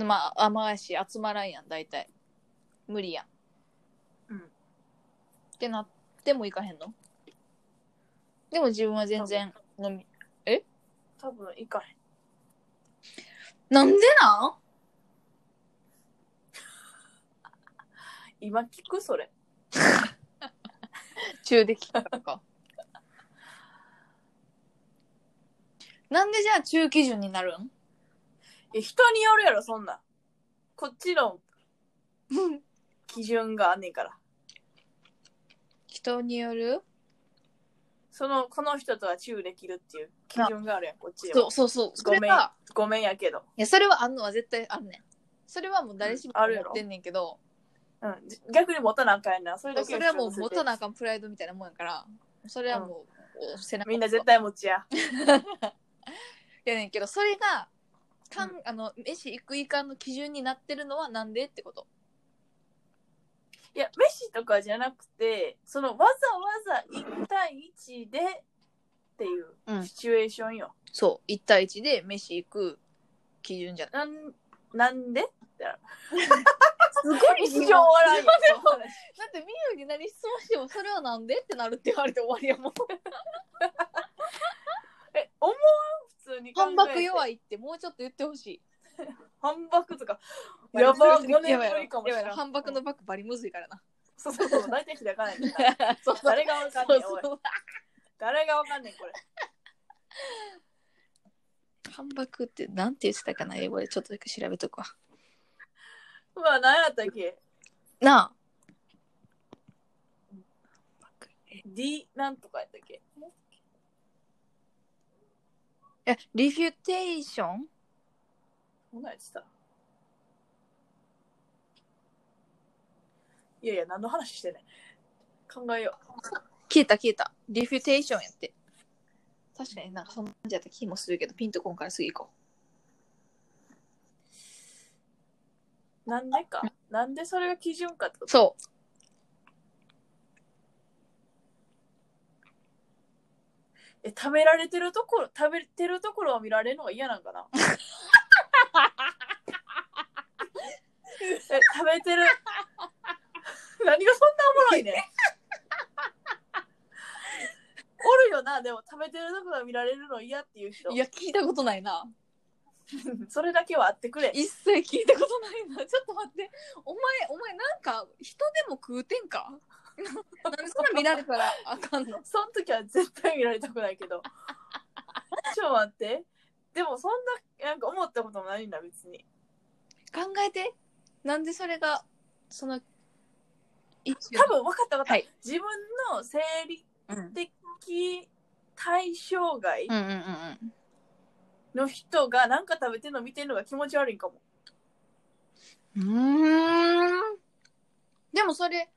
A: まあ、甘やし、集まらんやん、大体。無理やん。
B: うん
A: ってなってもいかへんのでも自分は全然飲み、
B: 多分行かへん。
A: なんでなん
B: 今聞くそれ。
A: 中で聞くから
B: [laughs]
A: か。なんでじゃあ中基準になるん
B: え、人によるやろ、そんなん。こっちの基準があんねんから。
A: 人による
B: その、この人とはチューできるっていう基準があるやん、こっちで
A: そ
B: も
A: う。そうそう。そ
B: ごめん
A: れは、
B: ごめんやけど。
A: いや、それはあんのは絶対あんねん。それはもう誰しも
B: うんあるや
A: 持
B: ろ
A: ってんねんけど、
B: うん。じ逆に持たなあかんやんな。それだけ
A: そ
B: は
A: れはもう持たなあ
B: か
A: かんプライドみたいなもんやから、それはもう、お背中
B: みんな絶対持ちや。
A: やねんけど、それが、かん、あの、飯行くいかんの基準になってるのはなんでってこと。
B: いや、飯とかじゃなくて、そのわざわざ1対1でっていううんシチュエーションよ。
A: そう。1対1で飯行く基準じゃない。
B: なん、なんでってなる
A: すご
B: 一
A: [laughs]
B: 生終わらんよ。その話
A: だってみゆに何質問してもそれはなんでってなるって言われて終わりや
B: [laughs]
A: もん
B: え、思う普通に考え
A: 反
B: て。
A: 駁弱いってもうちょっと言ってほし
B: 反駁とか。
A: い
B: やば、
A: い
B: 5年
A: やばい
B: ぶりかもしれ
A: やば
B: ないい。
A: 反駁のバックバリむずいからな
B: そうそうそう、大体開かないんだよ。 [laughs]
A: そうそう
B: 誰がわかん
A: [laughs] そ
B: ね、
A: うん
B: おい。
A: そう
B: 誰がわかんねん、これ。
A: 反駁ってなんて言ってたかな [laughs] 英語でちょっとだけ調べとくわ
B: うわ、何やったっけ
A: なあ
B: ?D なんとかやったっけ
A: えリフュテーション
B: こんなんやってた。いやいや、何の話してない。考えよ
A: 消えた消えたリフュテーションやって確かになんかそんなんじゃった気もするけどピンとこんから次行こ
B: う。なんでか。なんでそれが基準かって
A: う
B: こと
A: そう
B: え、食べられてるところ、食べてるところを見られるのが嫌なんかなえ食べてる。何がそんなおも [laughs] ろいねん。おるよな、でも食べてるところを見られるの嫌っていう人。
A: いや聞いたことないな
B: [laughs] それだけはあってくれ。
A: 一切聞いたことないな。ちょっと待って。お前、お前なんか人でも食うてんかなんでそんな見られたらあか [laughs] んの
B: その時は絶対見られたくないけど。 [laughs] ちょっと待って。でもそんな、なんか思ったこともないんだ、別に。
A: 考えて。なんでそれが、その、一応
B: 多分分かった分かった。
A: はい
B: 自分の生理
A: うん。
B: 的対象外
A: うんうんうんうん。
B: の人が何か食べてるの見てるのが気持ち悪いんかも。
A: うーん。でもそれ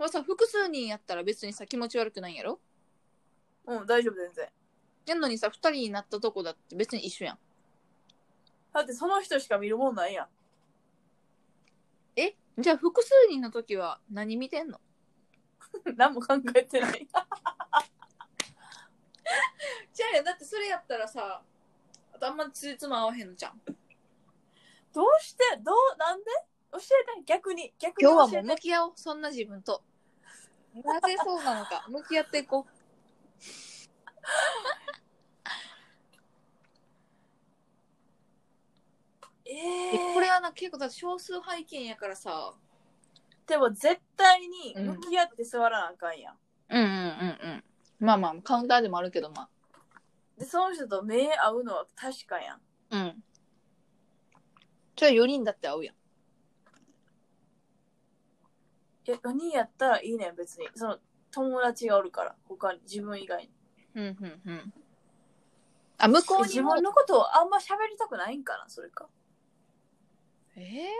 A: はさ、複数人やったら別にさ、気持ち悪くないんやろ
B: うん、大丈夫、全然。
A: やんのにさ、二人になったとこだって別に一緒やん。
B: だってその人しか見るもんないや [laughs] ん。
A: えじゃあ複数人の時は何見てんの
B: 何も考えてない。 [laughs]
A: じゃあだってそれやったらさ、あんまついつも合わへんのじゃん。
B: どうして、どう、なんで教えて、逆に、逆に
A: 今日は
B: 教
A: も
B: え
A: う
B: て
A: 向。き合おうそんな自分となぜそうなのか向き合っていこう
B: え
A: え
B: ー、
A: これはな結構だって少数拝見やからさ
B: でも絶対に向き合って座らなあかんやん。
A: うんうんうんうんまあまあカウンターでもあるけどま
B: で、その人と目合うのは確かやん。
A: あうんそれは4人だって合うやん
B: いや4人やったらいいねん別にその友達がおるから他に自分以外に
A: うんうんうん。あ、向こうに
B: 自
A: も。
B: 分のことをあんま喋りたくないんかなそれか
A: ええ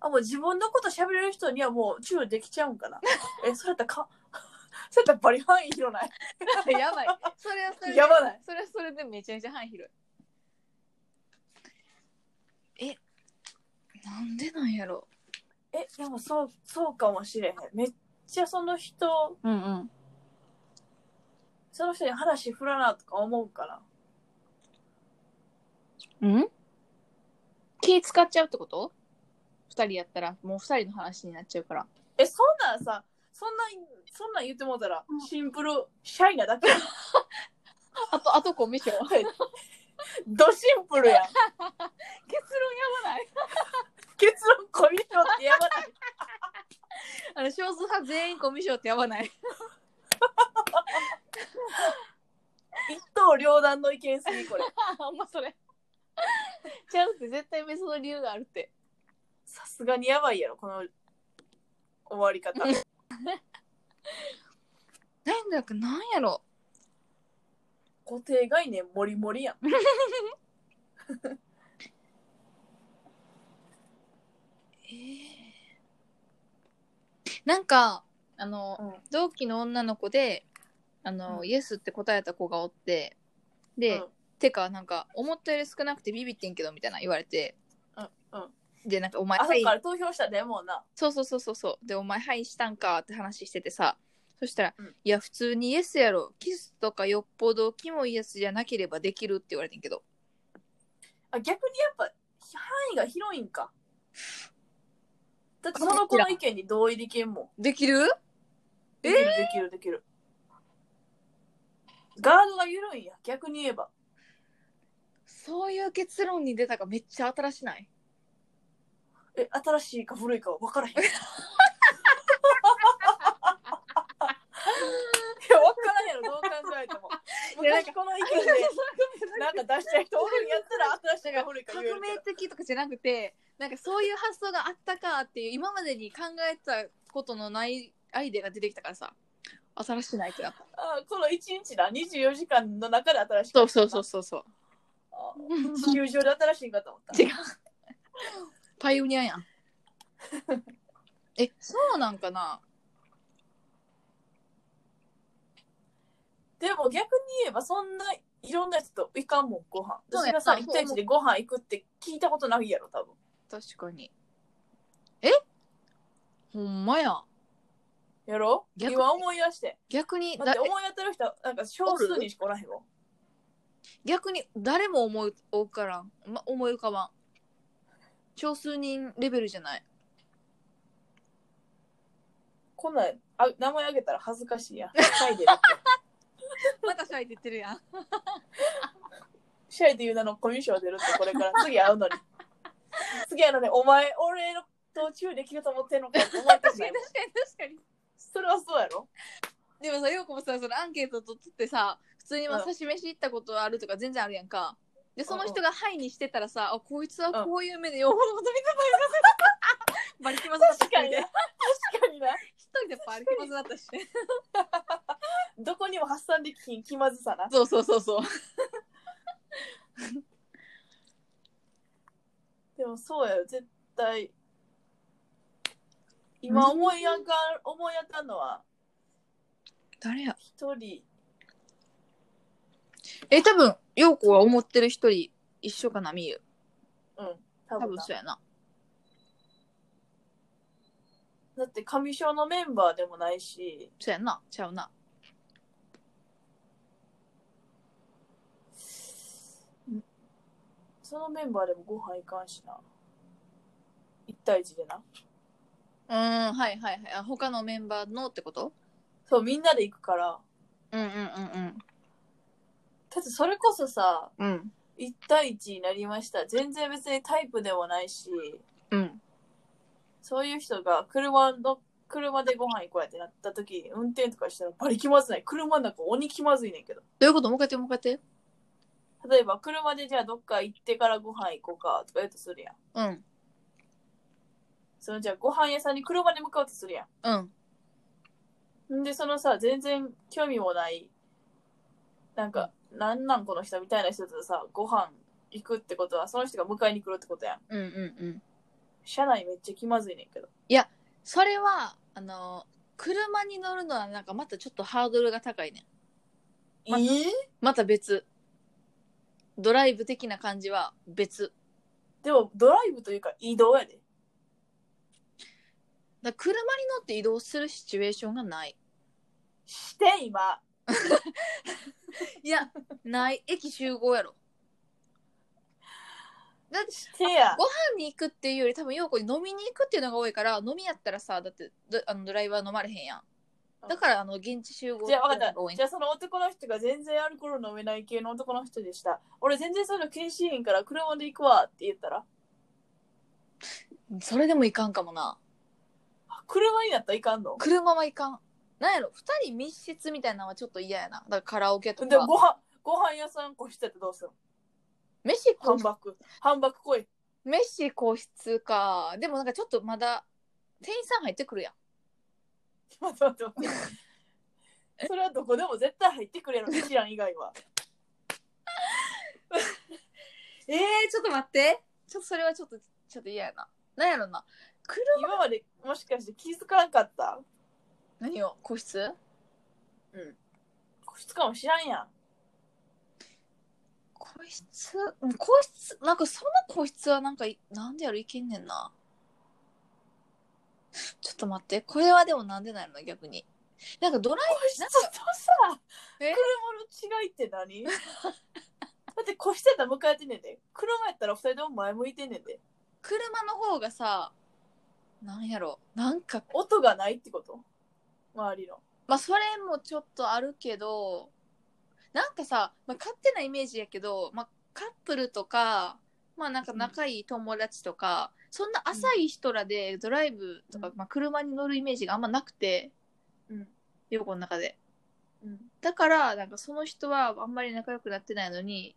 B: あもう自分のこと喋れる人にはもうチューできちゃう
A: [laughs]
B: んかなえそれやったらか [laughs] それやったらバリ範囲広ない
A: [laughs] やばい。それはそれで。
B: やばない。
A: それはそれでめちゃめちゃ範囲広い。え、なんでなんやろ
B: [laughs] えでもそうそうかもしれへんめっちゃその人
A: う。うんうん。
B: その人に話振らなとか思うかな
A: うん気使っちゃうってこと二人やったら、もう二人の話になっちゃうから。
B: えそんなんさそんなんそんなん言ってもうたら
A: うん
B: シンプルシャイなだけやん
A: あと、あとコミュ障。結論や
B: [laughs] ドシンプルやん
A: ばない。
B: 結論コミュ障ってやばない
A: あの、少数派全員コミュ障ってやば [laughs] ない。
B: 一刀両断の意見すぎこれ
A: あんまそれ。ちゃうって絶対別の理由があるって。
B: さすがにやばいやろこの終わり方
A: なんだかなんやろ
B: 固定概念モリモリやん
A: なんか、あの、
B: うん
A: 同期の女の子で、あの、
B: うん
A: イエスって答えた子がおって、で、
B: うん
A: てか、なんか、思ったより少なくてビビってんけど、みたいな言われて、
B: うんうん
A: で、なんか、お前、
B: あ
A: は
B: そっ
A: い
B: から投票したでもな
A: そうそうそうそうそう、で、お前、はいしたんかって話しててさ、そしたら、
B: うん
A: いや、普通にイエスやろ、キスとかよっぽどキモいイエスじゃなければできるって言われてんけど、
B: あ逆にやっぱ範囲が広いんかだってその子の意見に同意できんもん
A: できるえ
B: できるできるできるガードが緩いんや逆に言えば
A: そういう結論に出たかめっちゃ新しない
B: え新しいか古いかは分からへん [laughs] いや分からんやろどう考えても
A: いやなん
B: 昔この意見で [laughs] なんか出した人おるんやったら新しいか古いか言える
A: 革
B: け
A: 命
B: ど
A: 的とかじゃなくてなんかそういう発想があったかっていう今までに考えたことのないアイデアが出てきたからさ新しいなってなった
B: あこの1日だ24時間の中で新しい
A: そうそうそうそうそう
B: あ地球上で新しいかと [laughs] 思った
A: 違うパイオニアやん [laughs] えそうなんかな
B: でも逆に言えばそんないろんな人といかんもんご飯
A: そう
B: 私
A: や
B: がさ
A: そう
B: 1対1でご飯行くって聞いたことないやろ多分
A: 確かにえほんまや
B: やろ
A: 逆に
B: 今思い出して
A: 逆に
B: だって
A: だ
B: 思い当たる人はなんか少数にしかおらへんわ
A: 逆に誰も思い浮からん、ま、思い浮かばん少数人レベルじゃない
B: こんなんあ名前あげたら恥ずかしいやんシャ [laughs] イで
A: [laughs] またシャイって言ってるやん
B: シャイという名のコミュ障出るってこれから次会うのに次会うのにお前俺のとチューできると思ってんのかって思いたくないもん
A: [laughs] 確かに
B: それはそうやろ
A: でもさ、ようこもさ、そのアンケート取ってさ、普通にまあ
B: うん
A: 刺し飯行ったことあるとか全然あるやんか。で、その
B: うん
A: 人がハイにしてたらさ、あ、こいつは
B: ん
A: こういう目でよほど見てたんやなバリキマズだった
B: 確
A: しね
B: かにな確かにな
A: 一人でバリキマズだったしね。
B: どこにも発散できひん気まずさな
A: そうそうそうそう。
B: でもそうやよ絶対今思いやが思い当たるのは
A: 誰や
B: 一人
A: え、多分、ようこは思ってる一人一緒かな、みゆ。
B: うん多
A: 多
B: 分
A: 分
B: な
A: そうやな。
B: だって上昇のメンバーでもないし
A: そうやな。ちゃうな。
B: そのメンバーでもご飯いかんしな1対1でな
A: うーん、はいはいはい。あ他のメンバーのってこと
B: そうみんなで行くから
A: うんうんうん
B: だってそれこそさ
A: うん。うん。
B: 1対1になりました全然別にタイプでもないし
A: うん。
B: そういう人が車の車でご飯行こうやってなった時運転とかしたらバリ気まずない車の中鬼気まずいねんけど
A: どういうこともう一回やってもう一回やって。
B: 例えば車でじゃあどっか行ってからご飯行こうかとか言うとするやん
A: うん。
B: そのじゃあご飯屋さんに車で向かおうとするやん。
A: うん。
B: んで、そのさ、全然興味もない、なんか、なんなんこの人みたいな人とさ、ご飯行くってことは、その人が迎えに来るってことやん。
A: うんうんうん。
B: 車内めっちゃ気まずいねんけど。
A: それは、あの、車に乗るのはなんかまたちょっとハードルが高いねん。ま
B: え
A: また別。ドライブ的な感じは別。
B: でも、ドライブというか移動やで。
A: だから車に乗って移動するシチュエーションがない。
B: して、今。
A: いや、ない。駅集合やろ。だって
B: してや
A: ご。飲みに行くっていうより多分陽子に飲みに行くっていうのが多いから飲みやったらさだってどあのドライバー飲まれへんやんだからあの現地集合
B: じゃあ分か
A: や
B: っ
A: つが多い
B: た。じゃあその男の人が全然アルコール飲めない系の男の人でした。俺全然そういうの禁止へんから車で行くわって言ったら、
A: それでもいかんかもな
B: あ車になったらいかんの
A: 車はいかんなんやろ2人密室みたいなのはちょっと嫌やなだからカラオケと
B: でも
A: か
B: ご飯、ご飯屋さん個室やってどうする
A: 飯
B: のハン
A: 個
B: バック。ハンバック来い。
A: 飯個室かでもなんかちょっとまだ店員さん入ってくるやん
B: 待って待って待って。それはどこでも絶対入ってくれるの、知らん以外は。
A: えー、ちょっと待ってちょっとそれはちょっとちょっと嫌やななんやろな車
B: 今までもしかして気づかんかった
A: 何を個室
B: 個室かも知らんやん。
A: 個室うん個室なんかその個室はなんかいなんでやろいけんねんなちょっと待ってこれはでもなんでないの逆になんかドライ
B: 個室とさ、
A: え
B: 車の違いって何だって個室やったら迎えてんねんで。車やったら二人とも前向いてんねんで。
A: 車の方がさなんやろなんか
B: 音がないってこと周りの。
A: まあそれもちょっとあるけどなんかさ、まあ、勝手なイメージやけど、まあ、カップルとかまあなんか仲いい友達とか、そんな浅い人らでドライブとか、
B: うん
A: まあ、車に乗るイメージがあんまなくて
B: うん。
A: 旅行の中で。
B: うん。
A: だから、なんかその人はあんまり仲良くなってないのに、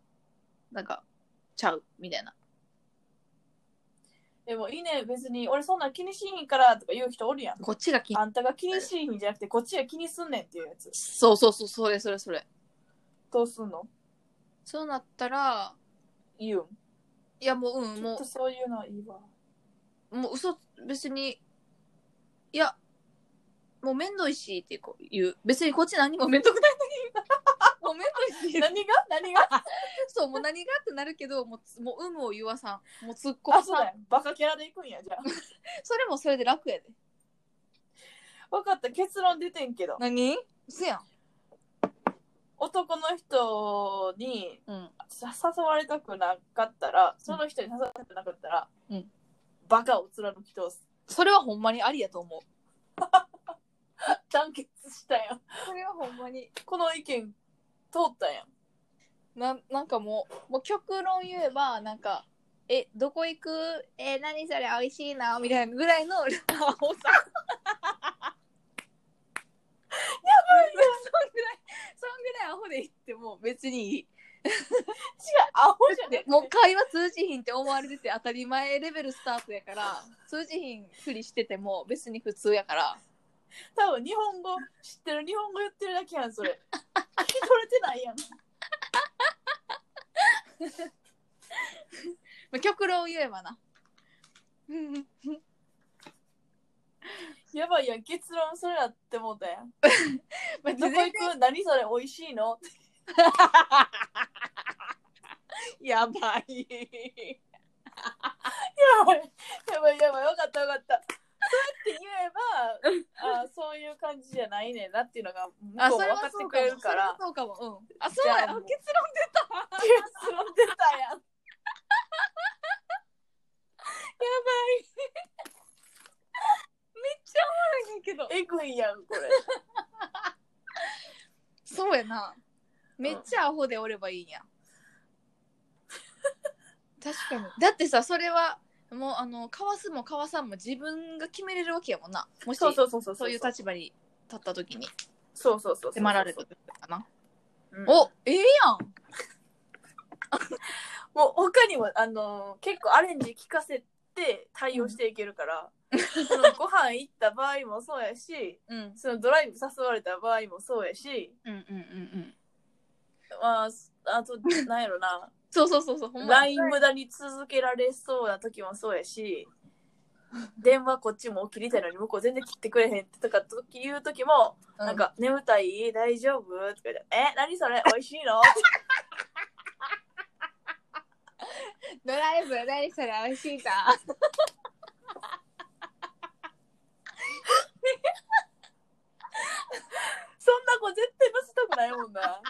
A: なんか、ちゃう、みたいな。
B: でもいいね、別に。俺そんなん気にしひんからとか言う人おるやん。
A: こっちが気に
B: あんたが気にしひんじゃなくて、こっちが気にすんねんっていうやつ。
A: そうそうそう、それそれそれ。
B: どうすんの
A: そうなったら、
B: 言うん。
A: いやもう、うん、
B: ちょっ
A: も
B: とそういうのはいいわ。
A: う、もう嘘、別に、いや、もう面倒いし、ってこう言う。別にこっち何も面倒くないのに。もう面倒いし。
B: 何が何が
A: [laughs] そう、もう何がってなるけど、もうつ、もう有無を言わさん。もう突っ込
B: あ、
A: ま
B: そうだ
A: さん。
B: よ。バカキャラで行くんや、じゃあ。
A: それもそれで楽やで。
B: 分かった、結論出てんけど。
A: 何嘘やん。
B: 男の人に
A: うん。
B: さ誘われたくなかったら、その人に誘われたくなかったら、
A: うん
B: バカを貫き通す。
A: それはほんまにありやと思う。
B: 団結したやん。 [laughs]
A: それはほんまに。
B: この意見、通ったやん。
A: ななんかもうもう極論言えばなんか「えどこ行くえ何それ美味しいな」みたいなぐらいの青さ [laughs] やばいそんぐらいそんぐらいアホで言っても別にいい
B: 違う、アホじゃね
A: もう会話通じひんって思われてて当たり前レベルスタートやから通じひんふりしてても別に普通やから
B: 多分日本語知ってる、日本語言ってるだけやん、そ
A: [laughs]
B: れ。聞き取れてないやん。
A: まあ極論言えばな
B: やばいやん、結論それやってもうたやん。
A: [laughs] まあ
B: どこ行く何それ美味しいの
A: やばい
B: やばいやばいやばいよかったよかったそうやって言えばあそういう感じじゃないねんなっていうのが
A: あそ
B: 向こうも
A: れ
B: 分
A: は
B: かっ
A: そ
B: て
A: う
B: く
A: かも
B: れるか
A: それ
B: ら
A: はそうかもうんあそうや
B: じゃあ
A: あ
B: もう
A: 結論
B: 結論 [laughs] 出たやん
A: 出たんやけど
B: えぐいやんこれ
A: そうやなめっちゃアホでおればいいん [laughs] や、確かにだってさそれはもうあのかわすもかわさんも自分が決めれるわけやもんなもし
B: [laughs] そうそうそうそう
A: そういう立場に立った時に
B: そうそうそう
A: 迫られた時かな
B: うん
A: おええやん
B: もう他にもあのー結構アレンジ聞かせて対応していけるから、そのご飯行った場合もそうやし、 [laughs]
A: うん
B: そのドライブ誘われた場合もそうやし、
A: うんうんうんうん
B: まあ、あと、なんやろ [laughs] な、
A: そうそうそうそうほんまに
B: LINE 無駄に続けられそうな時もそうやし、電話こっちも切りたいのに向こう全然切ってくれへんってとか時言う時も、
A: う
B: なんか眠たい大丈夫とか言って、え、何それ美味しいの
A: ドライブ何それ美味しいか
B: そんな子絶対乗せたくないもんな。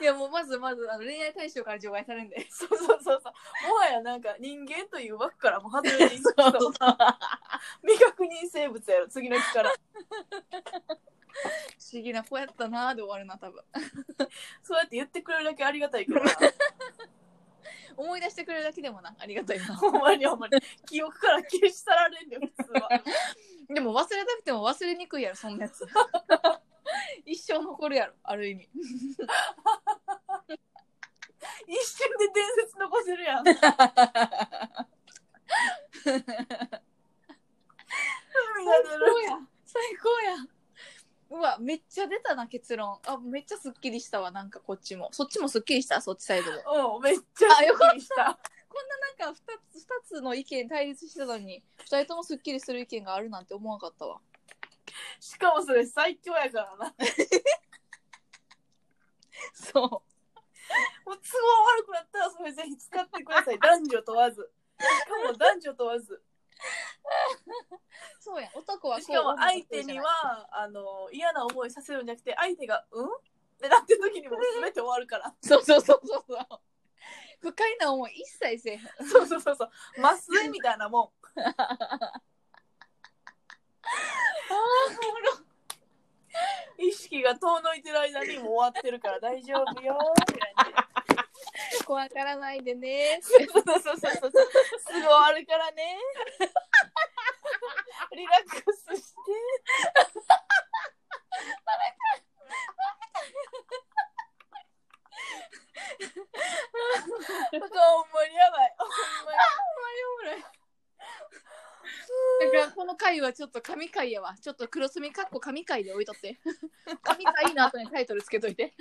A: いやもうまずまずあの恋愛対象から除外されるんで
B: そうそうそうそう。もはやなんか人間という枠からも外れていく
A: そう
B: そう未確認生物やろ、次の日から。
A: 不思議な子やったなーで終わるな多分
B: そうやって言ってくれるだけありがたいけどな。
A: 思い出してくれるだけでもなありがたいな
B: ほんまにほんまに。記憶から消し去られんねん、普通は。
A: [laughs] でも忘れたくても忘れにくいやろそんなやつ [laughs] 一生残るやろある意味
B: 一瞬で伝説残せ [laughs] るやん。
A: 最
B: 涙出る。
A: 高や最高やうわめっちゃ出たな結論あめっちゃすっきりしたわなんかこっちもそっちもすっきりしたそっちサイドもなん
B: うん、めっちゃ
A: あよかった
B: びっくりした。
A: か 2, つ二つの意見対立してたのに2人ともすっきりする意見があるなんて思わなかったわ
B: しかもそれ最強やからな。
A: そ
B: もう都合悪くなったらそれぜひ使ってくださ [laughs] い。男女問わず。しかも男女問わず。
A: うそうやん男はこう
B: しかも相手にはあの嫌な思いさせるんじゃなくて相手が「うん?」ってなってる時にもう全て終わるから
A: そうそうそうそうそう不快な思い一切せえへん
B: [laughs] そうそうそうそう麻酔みたいなもん意識が遠のいてる間にもう終わってるから大丈夫よーみたいな
A: 怖からないで [laughs] ね
B: そうそうそうそうそうすぐ終わるからねリラックスしてバレたバレたほんまにやばいほんまに
A: だからこの回はちょっと神回やわちょっと黒墨かっこ神回で置いとって [laughs] 神回の後にタイトルつけといて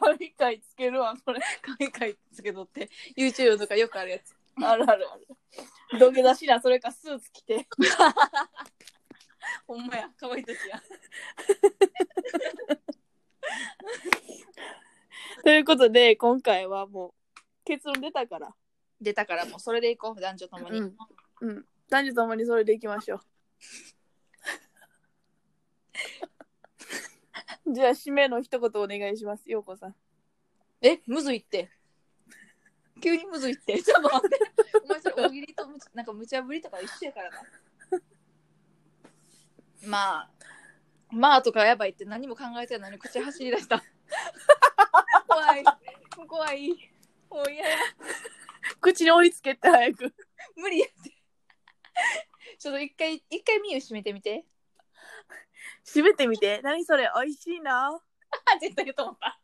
B: 神回つけるわ、これ。
A: [laughs] 神回つけとって YouTube とかよくあるやつ
B: あるあるある。土下座しな、それかスーツ着て。
A: ほんまやかわいい時や
B: ということで、今回はもう、結論出たから。
A: 出たからもうそれでいこう男女ともに、
B: うんうん。男女ともにそれでいきまし [laughs] ょう。じゃあ、締めの一言お願いします、ようこさん。
A: えむずいって急にむずいってちょっと待ってお前それ大喜利とむちなんか無茶ぶりとか一緒やからなまあまあとかやばいって何も考えてないのに口走り出した怖い怖いもう嫌や
B: 口に追いつけて早く。
A: 無理やってちょっと一回一回ミュー閉めてみて
B: 締めてみて。何それ、美味しいな。
A: あ絶対言うと思った